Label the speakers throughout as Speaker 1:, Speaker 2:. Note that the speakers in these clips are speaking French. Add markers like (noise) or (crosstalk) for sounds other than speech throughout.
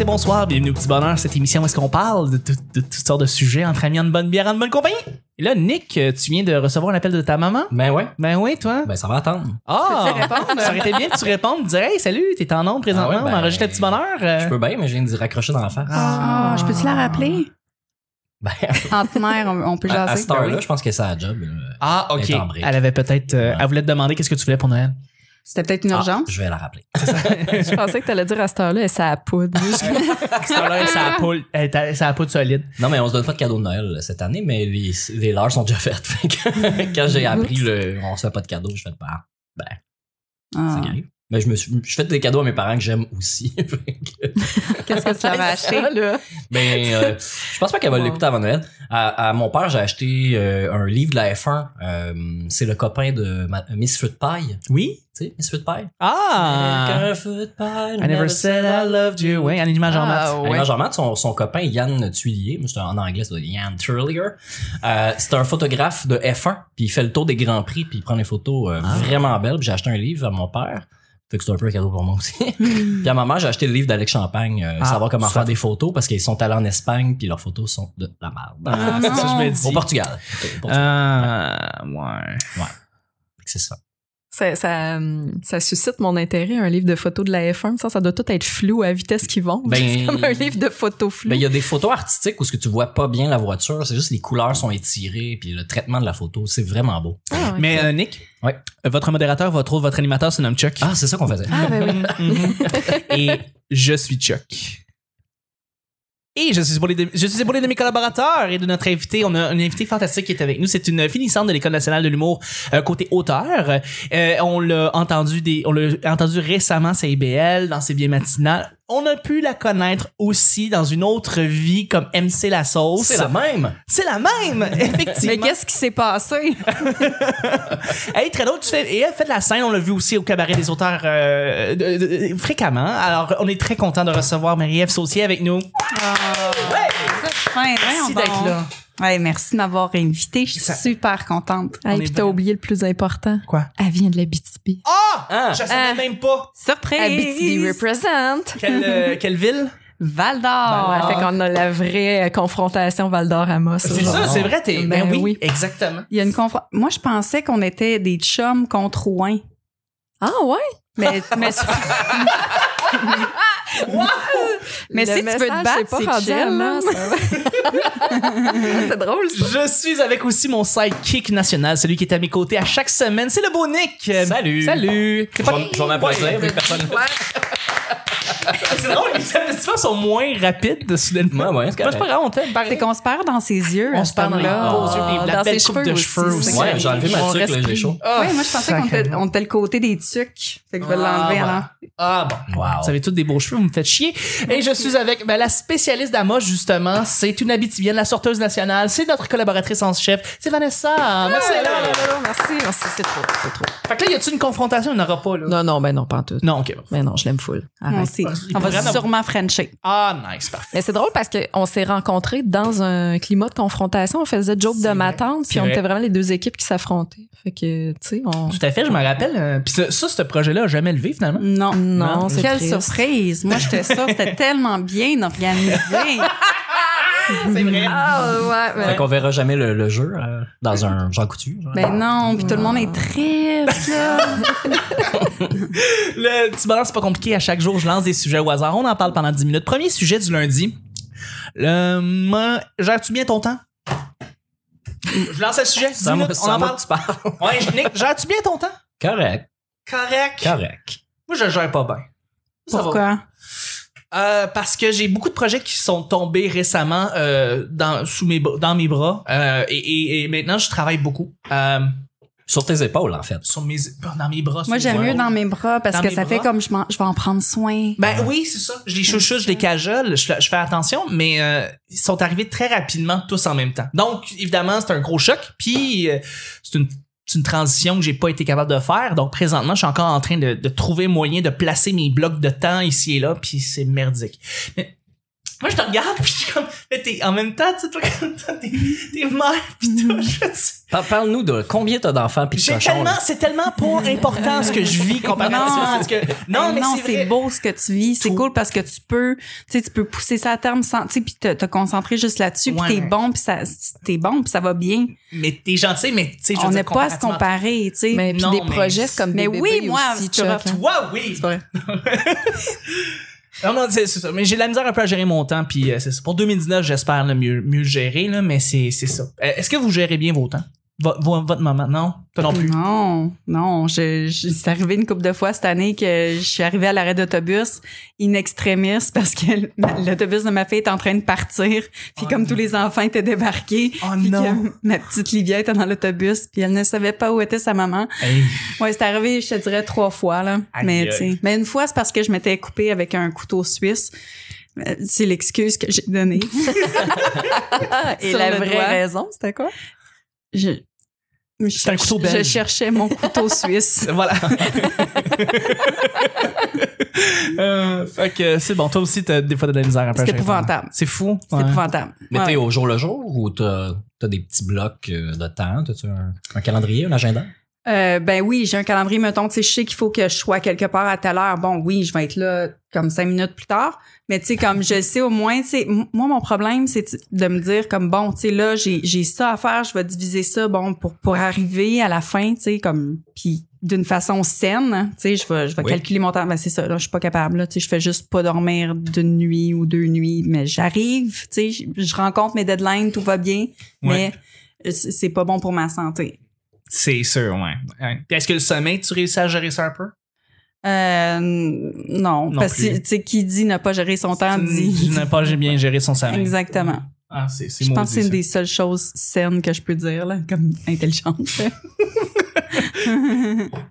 Speaker 1: et bonsoir, bienvenue au Petit Bonheur, cette émission où est-ce qu'on parle de, tout- de toutes sortes de sujets entre amis, en bonne bière, en bonne compagnie. Et là, Nick, euh, tu viens de recevoir un appel de ta maman?
Speaker 2: Ben ouais.
Speaker 1: Ben oui, toi?
Speaker 2: Ben ça va attendre.
Speaker 1: Ah! ça aurait été bien que tu répondes, dire Hey, salut, t'es en onde présentement,
Speaker 2: Ah ouais, ben,
Speaker 1: on enregistre le Petit Bonheur. euh.
Speaker 2: Je peux bien, mais je viens de raccrocher dans la face.
Speaker 3: Ah, je peux-tu la rappeler?
Speaker 2: Ben,
Speaker 3: Entre mères, Ah. on, on peut
Speaker 2: à, à
Speaker 3: jaser.
Speaker 2: cette
Speaker 1: Ben
Speaker 4: Ben
Speaker 2: heure-là, je pense que c'est à la job. là.
Speaker 1: Ah,
Speaker 2: Elle
Speaker 1: ok.
Speaker 2: est en brique.
Speaker 1: Elle avait peut-être. euh,
Speaker 2: Ouais.
Speaker 1: Elle voulait te demander qu'est-ce que tu voulais pour Noël.
Speaker 3: C'était peut-être une
Speaker 2: Ah,
Speaker 3: urgence.
Speaker 2: je vais la rappeler.
Speaker 4: Je pensais que t'allais dire à cette heure-là, ça a poudre.
Speaker 3: Ah.
Speaker 2: Ah!
Speaker 1: là ça a poule, elle t'a- ça a poule solide.
Speaker 2: Non, mais on se donne pas de cadeau de Noël là, cette année, mais les, les leurs sont déjà faites. (laughs) Fait que quand j'ai appris le on se fait pas de cadeau, je fais pas.
Speaker 3: Ah.
Speaker 2: C'est grave. Mais je me suis, je fais des cadeaux à mes parents que j'aime aussi. (laughs) Fait que-
Speaker 3: Qu'est-ce que tu
Speaker 4: Ah,
Speaker 3: l'avais acheté?
Speaker 2: ben, euh, je pense pas qu'elle va
Speaker 4: Wow.
Speaker 2: l'écouter avant Noël. À, à mon père, j'ai acheté euh, un livre de la F1. euh, c'est le copain de ma- Miss Feu de Paille.
Speaker 1: Oui?
Speaker 2: Tu sais, Miss Feu de Paille.
Speaker 1: Ah!
Speaker 2: Un feu de paille,
Speaker 1: I never said I loved you. Oui, un image en maths.
Speaker 2: Ah, Ouais. son, son copain Yann Tuillier, mais c'est un- en anglais, c'est Yann Turlier. Euh, c'est un photographe de F1, puis il fait le tour des grands prix, puis il prend des photos euh, vraiment belles. Puis j'ai acheté un livre à mon père. Fait que c'est un peu un cadeau pour moi aussi. (laughs) puis à ma mère, j'ai acheté le livre d'Alex Champagne, euh,
Speaker 1: Ah,
Speaker 2: savoir comment
Speaker 1: ça-
Speaker 2: faire des photos, parce qu'ils sont allés en Espagne, puis leurs photos sont de la merde.
Speaker 1: Ah, c'est ça que je me dis.
Speaker 2: Au Portugal. Au Portugal.
Speaker 1: Ah, ouais.
Speaker 2: Fait que C'est ça.
Speaker 4: Ça, ça, euh, ça suscite mon intérêt, un livre de photos de la F1. Ça, ça doit tout être flou à vitesse qu'ils vont.
Speaker 2: Ben-
Speaker 4: (laughs) c'est comme un livre de photos floues.
Speaker 2: Ben, il y a des photos artistiques où ce que tu vois pas bien la voiture, c'est juste les couleurs sont étirées, puis le traitement de la photo, c'est vraiment beau.
Speaker 4: Ah, ouais.
Speaker 1: Mais euh, Nick,
Speaker 2: Ouais.
Speaker 1: votre modérateur, votre autre, votre animateur se nomme Chuck.
Speaker 2: Ah, c'est ça qu'on faisait.
Speaker 4: Ah, ben
Speaker 2: (laughs)
Speaker 4: oui.
Speaker 1: Mhm. Et je suis Chuck. Et je suis épaulé de, je suis épaulé de mes collaborateurs et de notre invité. On a un invité fantastique qui est avec nous. C'est une finissante de l'École nationale de l'humour euh, côté auteur. Euh, on l'a entendu des, on l'a entendu récemment c'est IBL dans ses biens matinales. On a pu la connaître aussi dans une autre vie comme MC La Sauce.
Speaker 2: Oh, C'est la même.
Speaker 1: C'est la
Speaker 2: (laughs)
Speaker 1: même, effectivement.
Speaker 3: Mais qu'est-ce qui s'est passé?
Speaker 1: Hey, très drôle, tu fais. Et elle fait de la scène, on l'a vu aussi au cabaret des auteurs euh, de- de- de- fréquemment. Alors, on est très content de recevoir Marie-Ève Saucier avec nous.
Speaker 3: Merci
Speaker 1: d'être là.
Speaker 3: Ouais, merci de m'avoir invité. Je suis
Speaker 1: Ça-
Speaker 3: super contente.
Speaker 4: Ah,
Speaker 1: on
Speaker 4: et
Speaker 1: est
Speaker 4: puis t'as
Speaker 1: vrai-
Speaker 4: oublié le plus important.
Speaker 1: Quoi?
Speaker 4: Elle vient de la BTB.
Speaker 1: Ah!
Speaker 2: Ah.
Speaker 1: Je savais
Speaker 4: Ah.
Speaker 1: même pas.
Speaker 4: BTB
Speaker 3: Surprise!
Speaker 4: represent.
Speaker 1: Quelle, (laughs) euh, quelle ville?
Speaker 3: Val d'Or!
Speaker 4: Ouais, fait qu'on a la vraie euh, confrontation Val d'Or
Speaker 2: Ah,
Speaker 4: Amos.
Speaker 1: C'est ça, c'est vrai, t'es. Ben,
Speaker 4: Ben
Speaker 1: oui,
Speaker 4: oui.
Speaker 1: exactement.
Speaker 3: Il y a une confro- Moi, je pensais qu'on était des chums contre Rouen.
Speaker 4: Ah ouais?
Speaker 3: Mais, mais, mais
Speaker 4: Le
Speaker 3: si tu veux te
Speaker 4: message s'est
Speaker 3: battre,
Speaker 4: pas
Speaker 3: c'est
Speaker 4: rendu hein,
Speaker 3: chill,
Speaker 4: à
Speaker 3: là.
Speaker 4: Amos. c'est drôle ça.
Speaker 1: Je suis avec aussi mon sidekick national, celui qui est à mes côtés à chaque semaine. C'est le beau Nick. Euh,
Speaker 2: Salut.
Speaker 1: Salut. C'est pas-
Speaker 2: J'en ai pas clair, mais personne.
Speaker 1: C'est drôle, les applaudissements sont moins rapides soudainement.
Speaker 2: Ouais, ouais, c'est
Speaker 1: Moi, c'est pas grave, on t'aime pareil.
Speaker 3: C'est qu'on se perd dans ses yeux. à
Speaker 1: On
Speaker 3: ce
Speaker 1: se parle dans les
Speaker 3: temps-là.
Speaker 1: beaux yeux, les- la
Speaker 4: Dans
Speaker 1: belle
Speaker 4: ses
Speaker 1: coupe
Speaker 4: cheveux
Speaker 1: de
Speaker 4: aussi,
Speaker 1: cheveux
Speaker 4: c'est
Speaker 1: aussi.
Speaker 2: Ouais, j'ai enlevé ma
Speaker 4: Mon
Speaker 2: tuque, là, j'ai chaud.
Speaker 1: Ah,
Speaker 3: Oui, moi, je pensais qu'on était, on était le côté des tucs. Fait que je vais l'enlever,
Speaker 1: Ah,
Speaker 3: alors.
Speaker 1: Ah bon,
Speaker 2: Wow.
Speaker 1: vous avez tous des beaux cheveux, vous me faites chier. Et je suis avec ben, la spécialiste d'Amos, justement. C'est une habitivienne, la sorteuse nationale. C'est notre collaboratrice en chef. C'est Vanessa. Merci.
Speaker 4: (laughs) Non,
Speaker 1: là,
Speaker 4: non, non, non, merci, merci, c'est trop, c'est trop.
Speaker 1: Fait que là, y a-tu une confrontation? Il n'y en aura pas, là.
Speaker 4: Non, non, ben non, pas en tout.
Speaker 1: Non, ok. bon.
Speaker 4: Mais non, je l'aime full.
Speaker 3: On,
Speaker 4: Arrête.
Speaker 3: sait.
Speaker 1: Il
Speaker 3: on va
Speaker 1: pourrait en
Speaker 3: sûrement frencher.
Speaker 1: Ah, nice, parfait.
Speaker 4: Mais c'est drôle parce qu'on s'est rencontrés dans un climat de confrontation. On faisait joke
Speaker 1: C'est
Speaker 4: de ma
Speaker 1: vrai,
Speaker 4: tante,
Speaker 1: c'est
Speaker 4: puis on était
Speaker 1: vrai.
Speaker 4: vraiment les deux équipes qui s'affrontaient. Fait que, tu sais, on.
Speaker 1: Tout à fait, je me rappelle. euh, Puis ça, ça, ce projet-là a jamais levé, finalement.
Speaker 3: Non.
Speaker 4: Non, c'est
Speaker 3: Quelle
Speaker 4: triste.
Speaker 3: surprise! Moi, j'étais sûre, c'était tellement bien organisé.
Speaker 1: C'est vrai.
Speaker 4: Ah, ouais,
Speaker 2: Fait qu'on verra jamais le, le jeu euh, dans un Jean Coutu. genre.
Speaker 3: Ben non, puis tout le monde est triste, là.
Speaker 1: Le petit bonheur, c'est pas compliqué. À chaque jour, je lance des sujets au hasard. On en parle pendant 10 minutes. Premier sujet du lundi. Le... moi, Gères-tu bien ton temps? Je lance le sujet. 10
Speaker 2: Sans moi-
Speaker 1: minutes, on
Speaker 2: sans
Speaker 1: en
Speaker 2: moi,
Speaker 1: parle.
Speaker 2: tu parles.
Speaker 1: Ouais, je- Nick, gères-tu bien ton temps?
Speaker 2: Correct,
Speaker 1: Correct.
Speaker 2: correct.
Speaker 1: Moi, je le gère pas bien. (laughs) Ça va.
Speaker 3: Pourquoi?
Speaker 1: Euh, parce que j'ai beaucoup de projets qui sont tombés récemment euh, dans, sous mes, br- dans mes bras. Euh, et, et- et maintenant, je travaille beaucoup euh,
Speaker 2: Sur tes épaules, en fait.
Speaker 1: sur mes, dans mes bras.
Speaker 3: Moi,
Speaker 1: sur
Speaker 3: j'aime
Speaker 1: mes
Speaker 3: mieux
Speaker 1: bras.
Speaker 3: dans mes bras parce
Speaker 1: Dans
Speaker 3: que
Speaker 1: mes
Speaker 3: ça fait
Speaker 1: bras?
Speaker 3: comme je, m'en- je vais en prendre soin.
Speaker 1: Ben oui, c'est ça. Je les chouchoute, je les cajole, je, fais- je fais attention, mais euh, ils sont arrivés très rapidement tous en même temps. Donc, évidemment, c'est un gros choc. Puis, euh, c'est une, c'est une transition que j'ai pas été capable de faire. Donc, présentement, je suis encore en train de, de trouver moyen de placer mes blocs de temps ici et là, puis c'est merdique. Mais Moi, je te regarde, (laughs) puis je suis comme, là, t'es- en même temps, tu sais, toi, comme toi, t'es, t'es mère, puis tout, je sais.
Speaker 2: Par- Parle-nous de combien t'as d'enfants pis de
Speaker 1: J'ai
Speaker 2: cochons,
Speaker 1: tellement,
Speaker 2: là.
Speaker 1: c'est tellement pas important ce que je vis comparé à
Speaker 3: Non.
Speaker 1: ça. parce que, non,
Speaker 3: Hey,
Speaker 1: mais
Speaker 3: Ben non,
Speaker 1: c'est,
Speaker 3: c'est
Speaker 1: vrai.
Speaker 3: beau ce que tu vis. C'est
Speaker 1: Tout.
Speaker 3: cool parce que tu peux, tu sais, tu peux pousser ça à terme sans, tu sais, puis te, te concentrer juste là-dessus,
Speaker 1: Ouais.
Speaker 3: puis t'es bon, puis ça, t'es bon, puis ça va bien.
Speaker 1: Mais t'es gentil, mais, tu sais, je veux
Speaker 3: On
Speaker 1: dire,
Speaker 3: n'est pas à se
Speaker 1: comparativement-
Speaker 3: comparer, tu sais.
Speaker 4: Mais puis
Speaker 1: Non,
Speaker 4: des
Speaker 1: mais-
Speaker 4: projets, c'est comme
Speaker 3: Mais
Speaker 4: des
Speaker 3: oui,
Speaker 4: bébés
Speaker 3: moi,
Speaker 4: aussi,
Speaker 3: je te
Speaker 4: Chuck, hein.
Speaker 1: Toi, oui!
Speaker 4: C'est pas vrai.
Speaker 1: Non, non, c'est c'est ça. Mais j'ai de la misère un peu à gérer mon temps, puis euh, c'est ça. Pour 2019, j'espère le mieux, mieux le gérer, là, mais c'est c'est ça. Euh, Est-ce que vous gérez bien vos temps? Vo- vo- votre maman? Non? Toi non plus?
Speaker 3: Non, non, je, je- c'est arrivé une couple de fois cette année que je suis arrivée à l'arrêt d'autobus in extremis parce que (laughs) l- ma- l'autobus de ma fille est en train de partir. Puis
Speaker 1: Oh
Speaker 3: comme
Speaker 1: non.
Speaker 3: tous les enfants étaient débarqués,
Speaker 1: Oh
Speaker 3: puis
Speaker 1: non!
Speaker 3: que (laughs) ma petite Livia était dans l'autobus, puis elle ne savait pas où était sa maman.
Speaker 1: Hey.
Speaker 3: Ouais, c'est arrivé, je te dirais, trois fois, là.
Speaker 1: Aïe,
Speaker 3: mais, tu
Speaker 1: aïe.
Speaker 3: sais, mais une fois, c'est parce que je m'étais coupée avec un couteau suisse. Euh, C'est l'excuse que j'ai
Speaker 1: (laughs)
Speaker 3: donnée.
Speaker 4: Ah, et
Speaker 3: Sur
Speaker 4: la
Speaker 3: le
Speaker 4: vraie
Speaker 3: doigt.
Speaker 4: raison, c'était quoi?
Speaker 3: Je,
Speaker 1: C'est un couteau
Speaker 3: je
Speaker 1: belge.
Speaker 3: cherchais
Speaker 1: (laughs)
Speaker 3: mon couteau suisse.
Speaker 1: Voilà. euh, fait que c'est bon. Toi aussi, t'as des fois de la misère un peu à
Speaker 3: C'est
Speaker 1: gérer ton temps.
Speaker 3: épouvantable.
Speaker 1: C'est fou.
Speaker 3: C'est
Speaker 1: ouais.
Speaker 3: épouvantable.
Speaker 2: Mais
Speaker 3: Ouais.
Speaker 2: t'es au jour le jour ou t'as t'as des petits blocs euh, de temps? T'as-tu un, un calendrier, un agenda?
Speaker 3: Euh, ben oui, j'ai un calendrier, mettons, tu sais, je sais qu'il faut que je sois quelque part à telle heure. Bon, oui, je vais être là comme cinq minutes plus tard. Mais tu sais, comme je le sais au moins, tu sais, m- moi, mon problème, c'est de me dire comme, bon, tu sais, là, j'ai j'ai ça à faire, je vais diviser ça, bon, pour, pour arriver à la fin, tu sais, comme, puis d'une façon saine, hein, tu sais, je vais, je vais
Speaker 2: Oui.
Speaker 3: calculer mon temps. Ben c'est ça, là, je suis pas capable, là, tu sais, je fais juste pas dormir d'une nuit ou deux nuits, mais j'arrive, tu sais, je- je rencontre mes deadlines, tout va bien,
Speaker 1: Ouais.
Speaker 3: mais c'est c'est pas bon pour ma santé.
Speaker 1: C'est sûr, ouais. ouais. Puis Est-ce que le sommeil, tu réussis à gérer ça un peu?
Speaker 3: Euh, non,
Speaker 1: Non
Speaker 3: parce
Speaker 1: plus.
Speaker 3: que tu sais, qui dit ne pas gérer son temps
Speaker 1: Tu
Speaker 3: dit.
Speaker 1: n'as pas bien géré son sommeil.
Speaker 3: Ah, Exactement.
Speaker 1: Ah, c'est c'est
Speaker 3: Je
Speaker 1: maudit,
Speaker 3: pense que c'est une
Speaker 1: ça.
Speaker 3: des seules choses saines que je peux dire, là, comme (laughs) intelligente. ça,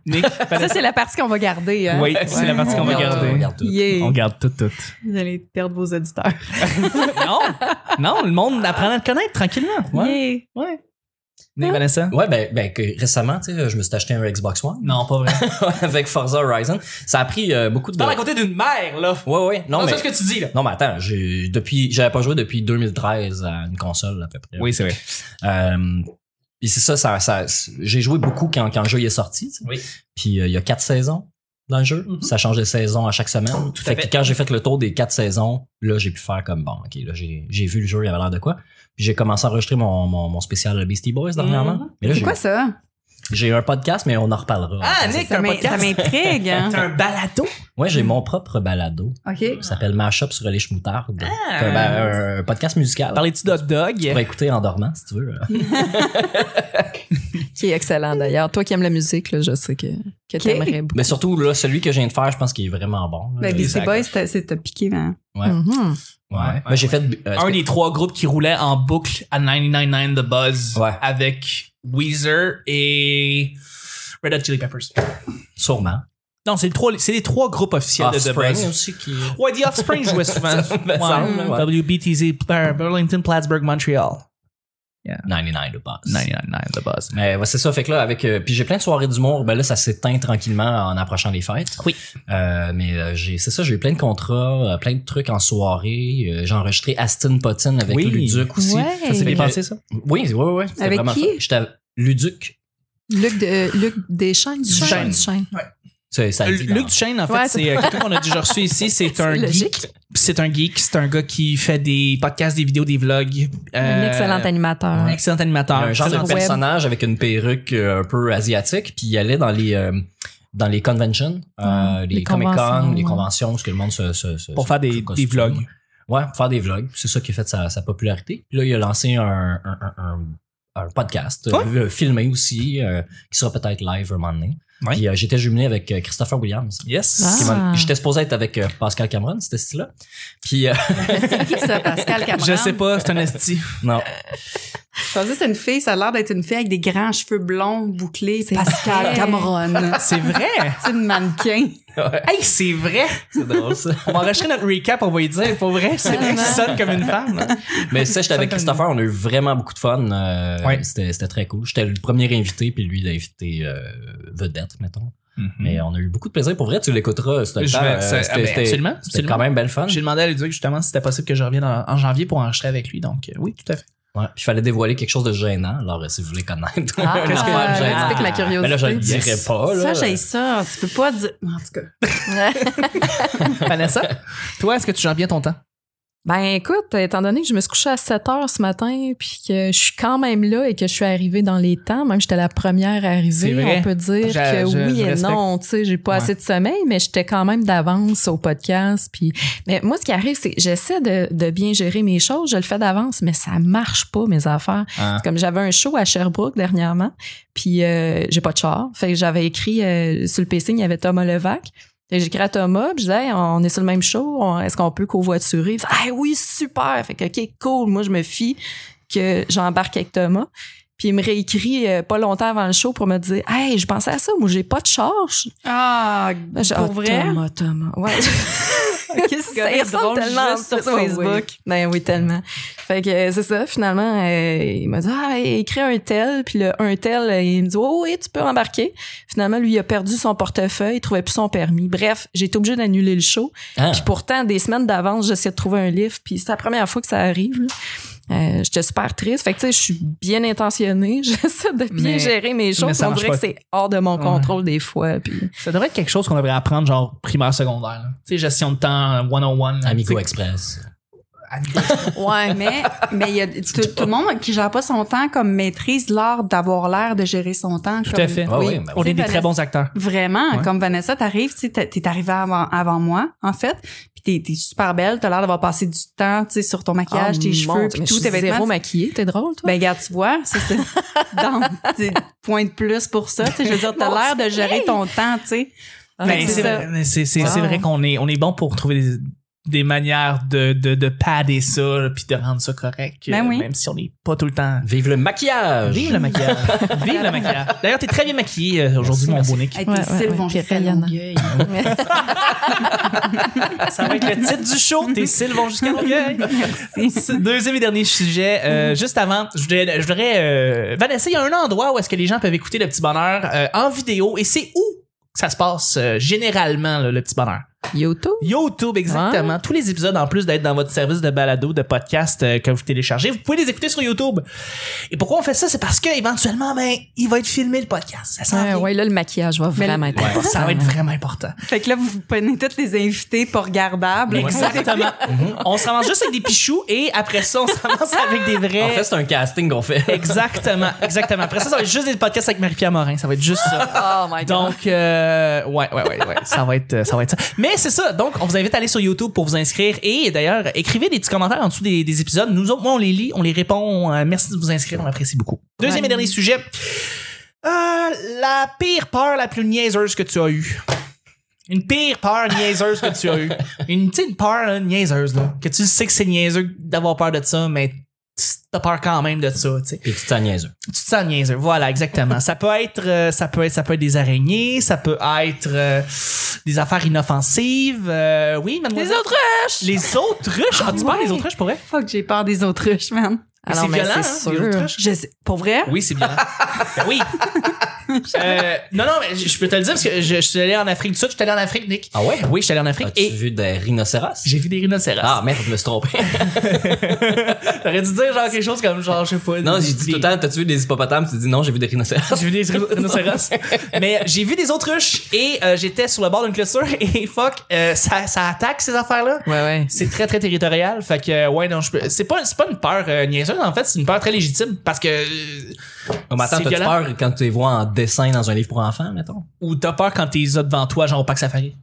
Speaker 1: Nick, fallait-
Speaker 3: c'est la partie qu'on va garder. Hein?
Speaker 1: Oui, c'est la partie qu'on va
Speaker 3: Ouais.
Speaker 1: garder.
Speaker 2: On regarde tout.
Speaker 3: Yeah.
Speaker 1: On garde tout, tout.
Speaker 3: Vous allez perdre vos auditeurs.
Speaker 1: non, non, le monde apprend à le connaître tranquillement. Ouais,
Speaker 3: Yeah.
Speaker 1: ouais. Nick, Vanessa?
Speaker 2: Ouais, ben, ben que récemment, tu sais, je me suis acheté un Xbox One (laughs)
Speaker 1: Non, pas vrai.
Speaker 2: avec Forza Horizon. Ça a pris euh, beaucoup de.
Speaker 1: Dans la côté d'une mère, là.
Speaker 2: Ouais, ouais. Non,
Speaker 1: Non,
Speaker 2: mais.
Speaker 1: c'est ce que tu dis, là.
Speaker 2: Non, mais attends, j'ai, depuis, j'avais pas joué depuis 2013 à une console, à peu près.
Speaker 1: c'est vrai.
Speaker 2: Euh, et c'est ça, ça, ça- j'ai joué beaucoup quand, quand le jeu il est sorti. tu sais.
Speaker 1: Oui.
Speaker 2: Puis euh, il y a quatre saisons dans le jeu.
Speaker 1: Mhm.
Speaker 2: Ça change de saison à chaque semaine.
Speaker 1: Tout à
Speaker 2: fait,
Speaker 1: fait.
Speaker 2: que quand j'ai fait le tour des quatre saisons, là, j'ai pu faire comme bon, ok, là, j'ai, j'ai vu le jeu, il avait l'air de quoi. Puis j'ai commencé à enregistrer mon, mon, mon spécial Beastie Boys dernièrement.
Speaker 1: Mhm.
Speaker 2: Mais là,
Speaker 3: C'est
Speaker 2: j'ai,
Speaker 3: quoi ça?
Speaker 2: j'ai un podcast, mais on en reparlera.
Speaker 1: Ah, Nick, t'as
Speaker 3: Ça
Speaker 1: un
Speaker 3: m'in- ça
Speaker 1: podcast.
Speaker 3: m'intrigue. hein?
Speaker 1: T'as un balado?
Speaker 2: Ouais, j'ai mon propre balado.
Speaker 3: (laughs) OK.
Speaker 2: Il s'appelle Mashup sur les chemoutardes.
Speaker 1: Ah.
Speaker 2: C'est un, ba- un podcast musical.
Speaker 1: Parlais-tu d'hot
Speaker 2: Tu
Speaker 1: dog?
Speaker 2: pourrais écouter en dormant, si tu veux.
Speaker 4: Qui est excellent d'ailleurs. Toi qui aimes la musique, là, je sais que, que t'aimerais beaucoup.
Speaker 2: Mais surtout, là, celui que je viens de faire, je pense qu'il est vraiment bon. là.
Speaker 3: Ben,
Speaker 2: Les
Speaker 3: Beastie
Speaker 2: ac-
Speaker 3: Boys, t'as- c'est t'as piqué, hein?
Speaker 2: Ouais.
Speaker 4: Mhm.
Speaker 2: Ouais. Ben, j'ai fait. euh,
Speaker 1: Un des trois groupes qui roulait en boucle à 999 The Buzz
Speaker 2: Ouais.
Speaker 1: avec Weezer et Red Hot Chili Peppers.
Speaker 2: Sûrement.
Speaker 1: Non, c'est les trois, c'est les trois groupes officiels de The
Speaker 2: Offspring
Speaker 1: Buzz.
Speaker 2: aussi qui.
Speaker 1: Ouais, The Offspring jouait souvent.
Speaker 2: (laughs) me semble, ouais.
Speaker 1: WBTZ, Bur- euh, Burlington, Plattsburgh, Montreal.
Speaker 2: 99 de base.
Speaker 1: 999 The Buzz.
Speaker 2: Mais ouais, c'est ça, fait que là, avec. euh, puis j'ai plein de soirées d'humour, ben là, ça s'éteint tranquillement en approchant les fêtes.
Speaker 1: Oui.
Speaker 2: Euh, mais euh, j'ai, c'est ça, j'ai eu plein de contrats, euh, plein de trucs en soirée. Euh, j'ai enregistré Aston Potin avec
Speaker 1: Oui.
Speaker 2: Luduc aussi.
Speaker 4: Ouais.
Speaker 1: Ça s'est bien
Speaker 2: que-
Speaker 1: passé, ça?
Speaker 2: Oui, oui, oui. c'était
Speaker 3: Avec
Speaker 2: vraiment
Speaker 3: qui?
Speaker 2: fun. J'étais à Luduc.
Speaker 4: Luc, de, euh, Luc Deschênes.
Speaker 1: Duchesne.
Speaker 4: Duchesne.
Speaker 2: C'est- ça le dit dans-
Speaker 1: Luc Duchesne, en fait,
Speaker 4: Ouais,
Speaker 1: c'est euh, quelqu'un qu'on a déjà reçu ici.
Speaker 4: (laughs)
Speaker 1: C'est un geek.
Speaker 4: logique.
Speaker 1: C'est un geek. C'est un gars qui fait des podcasts, des vidéos, des vlogs.
Speaker 4: Un
Speaker 1: Euh,
Speaker 4: excellent animateur.
Speaker 1: Un excellent
Speaker 2: Il y
Speaker 1: animateur.
Speaker 2: a un genre de
Speaker 4: Sur le web.
Speaker 2: personnage avec une perruque euh, un peu asiatique, puis il allait dans les euh, dans les conventions, euh, les,
Speaker 4: les
Speaker 2: Comic
Speaker 4: conventions,
Speaker 2: Con, les
Speaker 4: ouais.
Speaker 2: conventions, ce que le monde se, se- se-
Speaker 1: Pour
Speaker 2: se-
Speaker 1: faire des-
Speaker 2: se
Speaker 1: des
Speaker 2: costume.
Speaker 1: vlogs.
Speaker 2: Ouais, pour faire des vlogs. C'est ça qui a fait sa, sa popularité. Puis là, il a lancé un, un- un- un- un podcast,
Speaker 1: Ouais.
Speaker 2: euh, filmé aussi, euh, qui sera peut-être live un moment donné.
Speaker 1: Ouais.
Speaker 2: Puis euh, j'étais jumelé avec euh, Christopher Williams.
Speaker 1: Yes.
Speaker 4: Ah.
Speaker 2: Qui m'a- J'étais supposé être avec euh, Pascal Cameron, c'était ce là Puis euh, (laughs)
Speaker 3: C'est qui ça, (laughs) Pascal Cameron?
Speaker 1: Je sais pas, c'est un esti.
Speaker 4: (laughs)
Speaker 2: non,
Speaker 3: Je pensais que c'est une fille, ça a l'air d'être une fille avec des grands cheveux blonds, bouclés.
Speaker 4: C'est
Speaker 3: Pascal
Speaker 4: vrai.
Speaker 3: Cameron.
Speaker 1: C'est vrai.
Speaker 3: (laughs) C'est une mannequin.
Speaker 1: Hey, c'est vrai.
Speaker 2: c'est drôle ça.
Speaker 1: On va enregistrer notre recap, on va y dire. Pour vrai, c'est vrai qu'il sonne comme une femme.
Speaker 2: Mais ça, j'étais avec Christopher, on a eu vraiment beaucoup de fun. euh,
Speaker 1: Ouais.
Speaker 2: C'était c'était très cool. J'étais le premier invité, puis lui, l'invité euh, vedette, mettons.
Speaker 1: Mm.
Speaker 2: Mais on a eu beaucoup de plaisir. Pour vrai, tu l'écouteras. C'était le
Speaker 1: Je
Speaker 2: temps,
Speaker 1: vais-
Speaker 2: euh,
Speaker 1: c'est- ah,
Speaker 2: c'était-
Speaker 1: ben,
Speaker 2: c'était-
Speaker 1: absolument,
Speaker 2: c'était
Speaker 1: absolument.
Speaker 2: quand même belle fun.
Speaker 1: J'ai demandé à Luduc justement si c'était possible que je revienne en, en janvier pour enregistrer avec lui. Donc, euh, oui,
Speaker 2: (laughs)
Speaker 1: tout à fait.
Speaker 2: Ouais. Puis il fallait dévoiler quelque chose de gênant. Alors, euh, si vous voulez connaître.
Speaker 4: Ah,
Speaker 2: (laughs) une
Speaker 4: qu'est-ce que-
Speaker 2: affaire
Speaker 4: ça
Speaker 2: gênante.
Speaker 4: explique ma
Speaker 2: Mais Ben là, je le
Speaker 4: curiosité.
Speaker 2: dirais pas. Là.
Speaker 3: Ça, j'ai ça. Tu peux pas dire. En tout cas.
Speaker 1: Vanessa, toi, est-ce que tu gères bien ton temps?
Speaker 4: Ben écoute, étant donné que je me suis couchée à 7 heures ce matin, puis que je suis quand même là et que je suis arrivée dans les temps, même j'étais la première
Speaker 1: C'est
Speaker 4: arrivée,
Speaker 1: vrai.
Speaker 4: on peut dire
Speaker 1: Je-
Speaker 4: que
Speaker 1: je-
Speaker 4: oui
Speaker 1: je
Speaker 4: et
Speaker 1: respecte.
Speaker 4: non, tu sais, j'ai pas
Speaker 1: Ouais.
Speaker 4: assez de sommeil, mais j'étais quand même d'avance au podcast. Puis, mais moi, ce qui arrive, c'est que j'essaie de, de bien gérer mes choses, je le fais d'avance, mais ça marche pas mes affaires.
Speaker 1: Ah.
Speaker 4: C'est Comme j'avais un show à Sherbrooke dernièrement, puis euh, j'ai pas de char, fait que j'avais écrit euh, sur le PC, il y avait Thomas Levac. Fait que J'écris à Thomas, puis je disais, Hey, on est sur le même show, on- est-ce qu'on peut covoiturer? Il fait, Ah oui, super! Fait que, OK, cool, moi, je me fie que j'embarque avec Thomas. Puis il me réécrit euh, pas longtemps avant le show pour me dire, Hey, je pensais à ça, moi, j'ai pas de charge.
Speaker 3: Ah,
Speaker 4: Là, je-
Speaker 3: pour
Speaker 4: Ah,
Speaker 3: vrai?
Speaker 4: Thomas, Thomas. Ouais. (laughs)
Speaker 3: Qu'est-ce
Speaker 4: ça
Speaker 3: est
Speaker 4: ressemble tellement sur Facebook. Ben oui, tellement. Fait que euh, c'est ça, finalement, euh, il m'a dit Ah, écris un tel, puis le un tel, euh, il me dit Oh oui, tu peux embarquer. Finalement, lui, il a perdu son portefeuille, il trouvait plus son permis. Bref, j'ai été obligée d'annuler le show.
Speaker 2: Ah.
Speaker 4: Puis pourtant, des semaines d'avance, j'essayais de trouver un livre, puis c'est la première fois que ça arrive. là. Euh, J'étais super triste. Fait que tu sais, je suis bien intentionnée. (laughs) J'essaie de bien
Speaker 1: Mais-
Speaker 4: gérer mes
Speaker 1: mais
Speaker 4: choses.
Speaker 1: ça
Speaker 4: On
Speaker 1: marche
Speaker 4: dirait
Speaker 1: pas.
Speaker 4: que c'est hors de mon
Speaker 1: Ouais.
Speaker 4: contrôle des fois. Puis...
Speaker 1: Ça devrait être quelque chose qu'on devrait apprendre, genre primaire, secondaire. là. Tu sais, gestion de temps, euh, 101. là,
Speaker 2: Amico
Speaker 1: tu sais.
Speaker 2: Express.
Speaker 3: Ouais, mais mais
Speaker 4: (laughs)
Speaker 3: il y a tout, tout le monde qui gère pas son temps comme maîtrise l'art d'avoir l'air de gérer son temps.
Speaker 1: Tout
Speaker 3: comme-
Speaker 1: à fait.
Speaker 2: Ouais, ouais, ben
Speaker 1: On est des
Speaker 3: Vanessa.
Speaker 1: très bons acteurs.
Speaker 3: Vraiment,
Speaker 1: Ouais.
Speaker 3: comme Vanessa, t'arrives, tu sais, t'es t'es arrivée avant, avant moi, en fait, puis t'es- t'es super belle, t'as l'air d'avoir passé du temps, tu sais, sur ton maquillage,
Speaker 4: Oh,
Speaker 3: tes
Speaker 4: mon
Speaker 3: cheveux,
Speaker 4: Dieu,
Speaker 3: puis
Speaker 4: mais
Speaker 3: tout,
Speaker 4: je
Speaker 3: tes
Speaker 4: suis zéro
Speaker 3: vêtements.
Speaker 4: maquillée. T'es drôle, toi?
Speaker 3: Ben, regarde, tu vois, ça, c'est dans des points de plus pour ça, tu sais, je veux dire, t'as
Speaker 4: Mon
Speaker 3: l'air de
Speaker 4: Dieu,
Speaker 3: gérer
Speaker 4: hey!
Speaker 3: ton temps, tu sais.
Speaker 4: Ah,
Speaker 3: Ben,
Speaker 1: Mais
Speaker 4: ouais.
Speaker 1: c'est
Speaker 3: ça.
Speaker 1: vrai, Ah. mais c'est- c'est- c'est
Speaker 4: Wow.
Speaker 1: vrai qu'on est, on est bon pour trouver des, des manières de, de, de padder ça puis de rendre ça correct.
Speaker 3: Ben
Speaker 1: euh,
Speaker 3: oui.
Speaker 1: Même si on n'est pas tout le temps.
Speaker 2: Vive le maquillage.
Speaker 1: Vive le
Speaker 2: (laughs)
Speaker 1: maquillage. Vive le maquillage. D'ailleurs, t'es très bien maquillé euh, aujourd'hui, mon
Speaker 2: Merci,
Speaker 1: beau Nick.
Speaker 3: Hey,
Speaker 4: Ouais,
Speaker 3: tes
Speaker 4: ouais,
Speaker 3: cils
Speaker 4: ouais,
Speaker 3: vont
Speaker 4: puis
Speaker 3: jusqu'à
Speaker 4: rayonnant.
Speaker 3: Longueuil.
Speaker 1: Ça va être le titre du show. Tes cils vont jusqu'à l'orgueil. Deuxième et dernier sujet. euh, juste avant, je voudrais. Je voudrais, euh, Vanessa, il y a un endroit où est-ce que les gens peuvent écouter le petit bonheur euh, en vidéo et c'est où que ça se passe euh, généralement, là, le petit bonheur?
Speaker 4: YouTube?
Speaker 1: YouTube, exactement. Tous les épisodes, en plus d'être dans votre service de balado, de podcast euh, que vous téléchargez, vous pouvez les écouter sur YouTube. Et pourquoi on fait ça? C'est parce que éventuellement, ben, il va être filmé le podcast. Ça s'en
Speaker 4: Ouais,
Speaker 1: vient.
Speaker 4: Ah, ouais, là, le maquillage va
Speaker 3: Mais-
Speaker 4: vraiment être important.
Speaker 1: Ça va être vraiment important.
Speaker 3: Fait que là, vous prenez tous les invités pas regardables.
Speaker 1: Exactement.
Speaker 2: Mhm.
Speaker 1: On se ramasse juste avec des pichous et après ça, on se ramasse avec des vrais.
Speaker 2: En fait, c'est un casting qu'on fait.
Speaker 1: Exactement, exactement. Après ça, ça va être juste des podcasts avec Marie-Pierre Morin. Ça va être juste ça.
Speaker 4: Oh my
Speaker 1: Donc, euh, ouais, ouais, ouais, ouais, ça va être, euh, ça va être ça. Mais c'est ça. Donc, on vous invite à aller sur YouTube pour vous inscrire et d'ailleurs, écrivez des petits commentaires en dessous des, des épisodes. Nous autres, moi, on les lit, on les répond. On, euh, merci de vous inscrire, on apprécie beaucoup. Deuxième
Speaker 4: Ouais.
Speaker 1: et dernier sujet. Euh, la pire peur la plus niaiseuse que tu as eue. Une pire peur niaiseuse que tu as eue. Une petite peur là, niaiseuse, là. Que tu sais que c'est niaiseux d'avoir peur de ça, mais t'as peur quand même de ça, tu sais.
Speaker 2: Puis tu t'en niaiseux.
Speaker 1: Tu te sens niaiseux. Voilà, exactement. ça peut être, euh, ça peut être, ça peut être des araignées, ça peut être euh, des affaires inoffensives. Euh, oui, mademoiselle.
Speaker 3: autruches!
Speaker 1: Les autruches. Ah, tu parles des
Speaker 3: Ouais.
Speaker 1: autruches pour vrai?
Speaker 3: Fuck, j'ai peur des autruches, man.
Speaker 4: Alors,
Speaker 1: c'est
Speaker 4: mais
Speaker 1: violent,
Speaker 4: c'est
Speaker 1: hein, les
Speaker 4: sûr.
Speaker 1: autruches.
Speaker 3: Je sais- pour vrai?
Speaker 1: Oui, c'est violent. Ben oui. Euh, non, non, mais je je peux te le dire parce que je, je suis allé en Afrique du Sud. Je suis allé en Afrique, Nick.
Speaker 2: Ah ouais?
Speaker 1: Oui, je suis allé en Afrique
Speaker 2: As-tu
Speaker 1: et
Speaker 2: vu des rhinocéros?
Speaker 1: j'ai vu des rhinocéros.
Speaker 2: Ah merde, je me suis trompé.
Speaker 1: T'aurais dû dire genre quelque chose comme genre, je sais pas.
Speaker 2: Non,
Speaker 1: des-
Speaker 2: j'ai dit
Speaker 1: des-
Speaker 2: tout le temps, t'as-tu vu des hippopotames? Tu dis non, j'ai vu des rhinocéros.
Speaker 1: J'ai vu des rhinocéros. Mais j'ai vu des autruches et euh, j'étais sur le bord d'une clôture (laughs) et fuck, euh, ça, ça attaque ces affaires-là.
Speaker 4: Ouais, ouais.
Speaker 1: C'est très très territorial, fait que euh, ouais non, je peux- c'est pas c'est pas une peur euh, niaiseuse en fait, c'est une peur très légitime parce que euh,
Speaker 2: Oh, mais attends,
Speaker 1: C'est
Speaker 2: t'as-tu
Speaker 1: violent.
Speaker 2: peur quand tu les vois en dessin dans un livre pour enfants, mettons?
Speaker 1: ou t'as peur quand t'es là devant toi genre au parc safari.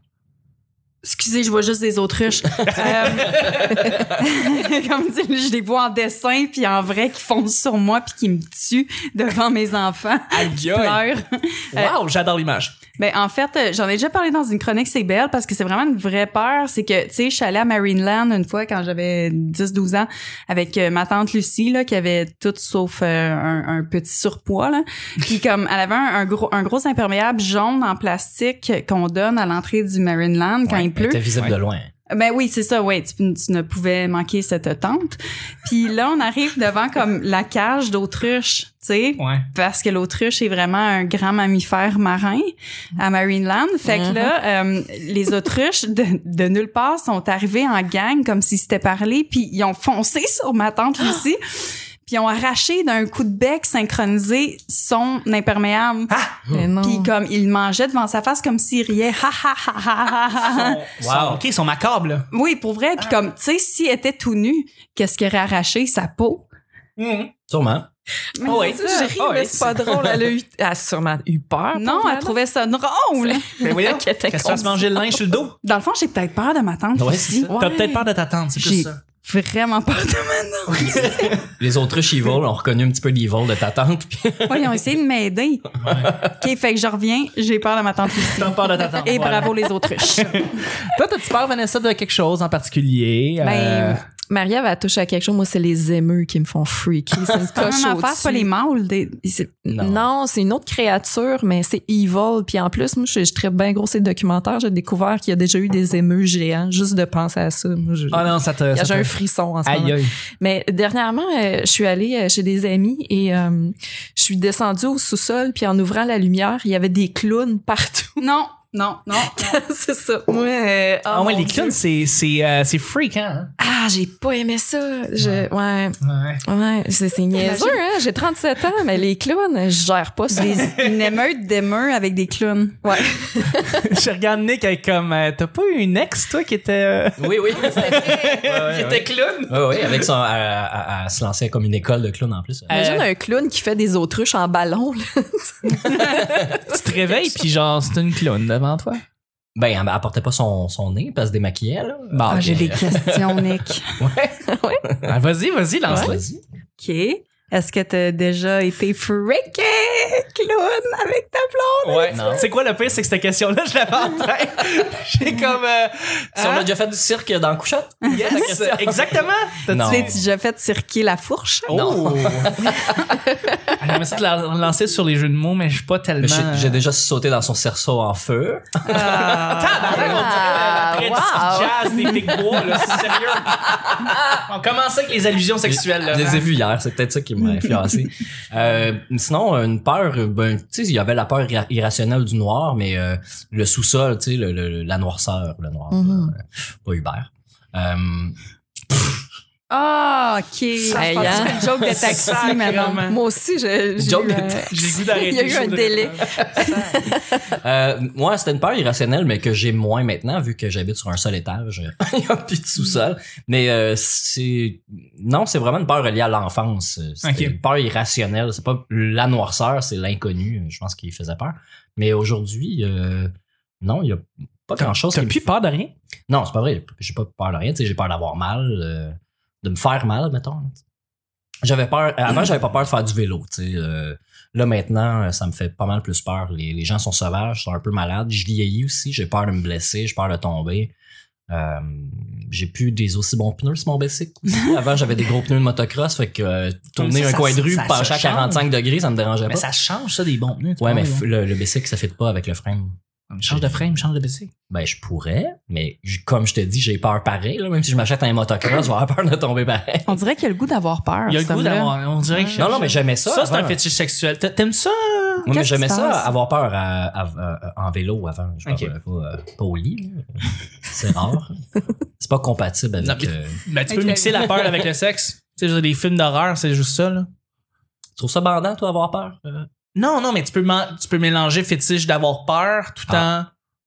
Speaker 3: Excusez, je vois juste des autruches. Euh, (laughs) comme dit, je les vois en dessin puis en vrai qui foncent sur moi puis qui me tuent devant mes enfants.
Speaker 1: Aïe.
Speaker 3: Pleure.
Speaker 1: Wow, j'adore l'image.
Speaker 3: Ben en fait, euh, j'en ai déjà parlé dans une chronique c'est belle parce que c'est vraiment une vraie peur, c'est que tu sais, je suis allée à Marineland une fois quand j'avais 10 12 ans avec euh, ma tante Lucie là qui avait tout sauf euh, un, un petit surpoids là. Puis comme elle avait un, un gros un gros imperméable jaune en plastique qu'on donne à l'entrée du Marineland quand il pleut.
Speaker 2: T'es visible
Speaker 1: Ouais.
Speaker 2: de loin.
Speaker 3: Ben oui, c'est ça, ouais. Tu, tu ne pouvais manquer cette tente. Puis là, on arrive devant comme la cage d'autruche, tu sais,
Speaker 1: Ouais.
Speaker 3: parce que l'autruche est vraiment un grand mammifère marin à Marineland. Fait que là, euh, les autruches de, de nulle part sont arrivées en gang comme s'ils s'étaient parlé, puis ils ont foncé sur ma tante Lucie, puis ils ont arraché d'un coup de bec synchronisé son imperméable.
Speaker 4: Mais Ah non.
Speaker 3: Puis comme il mangeait devant sa face comme s'il riait, ha ha ha ha ha
Speaker 1: (laughs)
Speaker 3: ha.
Speaker 1: Wow. Ok, ils sont macabres, là.
Speaker 3: Oui, pour vrai. Puis comme, tu sais, s'il était tout nu, qu'est-ce qu'il aurait arraché? Sa peau.
Speaker 1: Mhm.
Speaker 2: Sûrement.
Speaker 3: Mais
Speaker 1: Oh oui.
Speaker 3: c'est ça,
Speaker 4: Je
Speaker 3: je
Speaker 4: ris,
Speaker 1: Ah
Speaker 4: mais
Speaker 1: oui.
Speaker 4: c'est pas drôle. Elle a, eu- elle a sûrement eu peur.
Speaker 3: ris. Non, elle trouvait ça drôle.
Speaker 1: Ben voyons.
Speaker 4: qu'elle était
Speaker 1: Qu'est-ce que tu vas se manger le linge sur le dos? (laughs)
Speaker 3: Dans le fond, j'ai peut-être peur de ma tante.
Speaker 2: Ouais, c'est ça.
Speaker 1: T'as peut-être peur de ta tante, c'est plus
Speaker 3: J'ai-
Speaker 1: ça.
Speaker 3: Vraiment peur
Speaker 1: (laughs)
Speaker 3: de ma tante.
Speaker 2: Les autruches evil ont reconnu un petit peu l'evil de ta tante. Puis
Speaker 3: Ouais, ils ont essayé de m'aider. OK, fait que je reviens, j'ai peur de ma tante Lucie.
Speaker 1: T'as peur de ta tante.
Speaker 3: Et
Speaker 1: voilà.
Speaker 3: bravo les autruches.
Speaker 1: Toi, t'as-tu peur, Vanessa, de quelque chose en particulier? Euh,
Speaker 4: Ben, Marie-Ève, elle touche à quelque chose. Moi, c'est les émeux qui me font freaker. (laughs) C'est une
Speaker 3: Comme
Speaker 4: coche
Speaker 3: ma face,
Speaker 4: au-dessus.
Speaker 3: pas les mâles. Des...
Speaker 4: C'est-
Speaker 2: Non.
Speaker 4: Non, c'est une autre créature, mais c'est evil. Puis en plus, moi, je, je traite bien gros ces documentaires. J'ai découvert qu'il y a déjà eu des émeux géants, juste de penser à ça. Moi, je-
Speaker 1: Ah non, ça te. ça
Speaker 4: j'ai
Speaker 1: te-
Speaker 4: un frisson en ce moment.
Speaker 1: Aïe, aïe.
Speaker 4: Mais dernièrement, euh, je suis allée euh, chez des amis et euh, je suis descendue au sous-sol, puis en ouvrant la lumière, il y avait des clowns partout. (laughs)
Speaker 3: Non, non, non.
Speaker 4: c'est ça. Moi, euh, oh
Speaker 1: Ah ouais,
Speaker 4: mon
Speaker 1: les
Speaker 4: Dieu.
Speaker 1: clowns, c'est, c'est, euh, c'est freak, hein?
Speaker 4: Ah, j'ai pas aimé ça. Je, ouais,
Speaker 1: Ouais.
Speaker 4: ouais, c'est c'est niaiseux, hein. J'ai 37 ans, mais les clowns, je gère pas ça.
Speaker 3: Des- Une émeute d'émeux avec des clowns.
Speaker 4: Ouais.
Speaker 1: (laughs) Je regarde Nick avec comme. euh, T'as pas eu une ex, toi, qui était. euh,
Speaker 2: (laughs) oui, (laughs) oui.
Speaker 1: qui était clown?
Speaker 2: Oui, oui, avec son. Elle, elle- elle- elle se lançait comme une école de clown en plus.
Speaker 4: Imagine un clown qui fait des autruches en ballon. là. (laughs)
Speaker 1: Tu te réveilles, puis genre, c'est une clown devant toi.
Speaker 2: Ben, elle, elle portait pas son, son nez, parce se démaquillait, là.
Speaker 1: Bah,
Speaker 3: Ah, j'ai
Speaker 2: ok.
Speaker 3: des questions, Nick.
Speaker 1: Ah, vas-y, vas-y, lance-le.
Speaker 2: Vas-y.
Speaker 3: OK. Est-ce que t'as déjà été freaké, clown, avec ta blonde?
Speaker 1: Ouais.
Speaker 2: Non.
Speaker 1: C'est quoi le pire, c'est que cette question-là, je l'avais en tête. (laughs) J'ai comme. euh,
Speaker 2: Si on
Speaker 3: Ah.
Speaker 1: hein?
Speaker 2: a déjà fait du cirque dans la couchette?
Speaker 1: Yes, exactement. T'as-tu-
Speaker 2: Non.
Speaker 3: Tu l'as déjà fait cirquer la fourche?
Speaker 2: (laughs)
Speaker 1: Oh! Ah, Elle a essayé de la lancer sur les jeux de mots, mais je suis pas tellement. euh,
Speaker 2: Mais J'ai j'ai déjà sauté dans son cerceau en feu.
Speaker 4: Ah,
Speaker 1: Après,
Speaker 4: wow.
Speaker 1: du jazz, des big bois, là, c'est sérieux.
Speaker 2: (laughs)
Speaker 1: On commence avec les allusions sexuelles, là.
Speaker 2: Je les ai vus hier, c'est peut-être ça qui m'a influencé. Euh, sinon, une peur, ben, tu sais, il y avait la peur irra- irrationnelle du noir, mais euh, le sous-sol, tu sais, le- le- la noirceur, le noir,
Speaker 4: Mhm.
Speaker 2: euh, pas Hubert. Euh,
Speaker 3: Ah, OK.
Speaker 4: Hey,
Speaker 3: je pensais
Speaker 4: hein?
Speaker 3: que c'était une joke de taxi, madame.
Speaker 1: Sacrément.
Speaker 4: Moi aussi, je- j'ai
Speaker 2: Joke
Speaker 4: eu,
Speaker 2: de
Speaker 4: euh,
Speaker 1: (laughs) J'ai le goût d'arrêter
Speaker 4: il y a eu
Speaker 1: je
Speaker 4: un
Speaker 1: voudrais-
Speaker 4: délai.
Speaker 2: euh, moi, c'était une peur irrationnelle, mais que j'ai moins maintenant, vu que j'habite sur un seul étage. (laughs) il n'y a plus de sous-sol. Mais euh, c'est... Non, c'est vraiment une peur reliée à l'enfance. Euh, C'est
Speaker 1: Ok.
Speaker 2: une peur irrationnelle. C'est pas la noirceur, c'est l'inconnu. Je pense qu'il faisait peur. Mais aujourd'hui, euh, non, il n'y a pas grand-chose qui
Speaker 1: T'as
Speaker 2: me
Speaker 1: plus peur de rien?
Speaker 2: Non, c'est pas vrai. J'ai pas peur de rien. Tu sais, j'ai peur d'avoir mal, euh, de me faire mal, mettons. J'avais peur. euh, Avant, j'avais pas peur de faire du vélo. Tu sais, euh, là maintenant, euh, ça me fait pas mal plus peur. Les, les gens sont sauvages, sont un peu malades. Je vieillis aussi. J'ai peur de me blesser. J'ai peur de tomber. Euh, j'ai plus des aussi bons pneus sur mon bicycle. aussi. (laughs) Avant, j'avais des gros pneus de motocross, fait que euh, tourner
Speaker 1: Ça,
Speaker 2: un
Speaker 1: ça,
Speaker 2: coin de rue,
Speaker 1: ça se
Speaker 2: pencher à
Speaker 1: change.
Speaker 2: 45 degrés, ça me dérangeait pas.
Speaker 1: change, ça, hein. des bons pneus.
Speaker 2: ouais, mais f- le, le bicycle, ça fit pas avec le frame.
Speaker 1: Change de frame, change de bicycle.
Speaker 2: Ben, je pourrais, mais je- comme je te dis, j'ai peur pareil. là. même si je m'achète un motocross, je vais avoir peur de tomber pareil.
Speaker 3: On dirait qu'il a le goût d'avoir peur.
Speaker 1: Il y a le
Speaker 3: ce
Speaker 1: goût
Speaker 3: homme-là.
Speaker 1: d'avoir. On dirait que.
Speaker 2: Non, non, mais j'aimais ça.
Speaker 1: Ça, c'est un
Speaker 2: avant.
Speaker 1: fétiche sexuel. T'a- T'aimes ça? Ben,
Speaker 2: Oui, mais
Speaker 3: Qu'est-ce
Speaker 2: j'aimais
Speaker 3: qui se
Speaker 2: ça,
Speaker 3: passe?
Speaker 2: avoir peur à- à- à- en vélo avant. Je
Speaker 1: Ok.
Speaker 2: parlais pas, euh, pas au lit. là. C'est rare. C'est pas compatible avec.
Speaker 1: Non, mais-
Speaker 2: euh,
Speaker 1: Ben, tu peux
Speaker 3: Avec la
Speaker 1: mixer
Speaker 3: vie.
Speaker 1: la peur avec le sexe. Tu sais, je veux dire, les films d'horreur, c'est juste ça, là.
Speaker 2: Tu trouves ça bandant, toi, avoir peur? Euh,
Speaker 1: Non, non, mais tu peux, man- tu peux mélanger fétiche d'avoir peur tout en.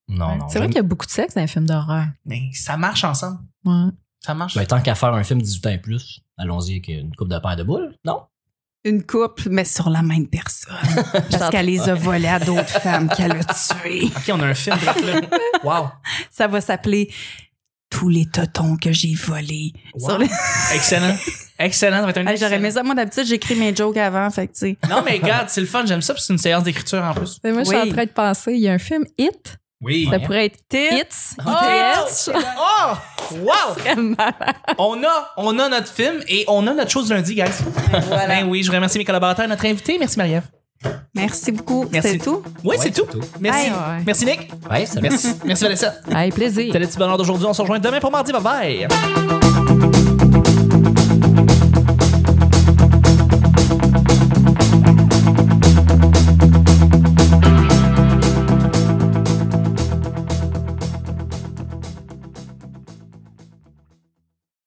Speaker 2: Non, non.
Speaker 4: C'est vrai
Speaker 2: j'aime-
Speaker 4: qu'il y a beaucoup de sexe dans les films d'horreur.
Speaker 1: Mais ça marche ensemble.
Speaker 4: Ouais.
Speaker 1: Ça marche.
Speaker 2: Ben, tant qu'à faire un film 18 ans et plus, allons-y avec une coupe de paire de boules. Non?
Speaker 3: Une couple, mais sur la même personne. Parce qu'elle les a volés à d'autres femmes qu'elle a tuées.
Speaker 1: ok, on a un film. direct, là.
Speaker 2: Wow!
Speaker 3: Ça va s'appeler Tous les totons que j'ai volés.
Speaker 1: Wow.
Speaker 3: Sur les-
Speaker 1: Excellent. Excellent. ça va être un
Speaker 4: Ah,
Speaker 3: Hey, J'aurais aimé
Speaker 1: excellent.
Speaker 3: ça. Moi, d'habitude, j'écris mes jokes avant. Fait que, tu sais.
Speaker 1: Non, mais regarde, c'est le fun. J'aime ça. puis c'est une séance d'écriture en plus.
Speaker 4: Mais moi, je
Speaker 3: Oui.
Speaker 4: suis en train de penser, il y a un film Hit.
Speaker 1: Oui.
Speaker 4: Ça pourrait être Hits. ITS.
Speaker 1: Oh!
Speaker 4: (laughs)
Speaker 1: Wow! On a, on Ben a notre film et on a notre chose lundi, guys. Ben oui, je remercie mes collaborateurs, notre invité. Merci, Marie-Ève.
Speaker 3: Merci beaucoup.
Speaker 1: Merci.
Speaker 3: C'est tout.
Speaker 1: Oui, c'est tout. Merci.
Speaker 4: Ouais, ouais.
Speaker 1: Merci, Nick.
Speaker 2: Ouais, ça
Speaker 1: Merci. Merci, Vanessa.
Speaker 4: (laughs) Hey, plaisir.
Speaker 1: C'était le petit bonheur d'aujourd'hui. On se rejoint demain pour mardi. Bye bye.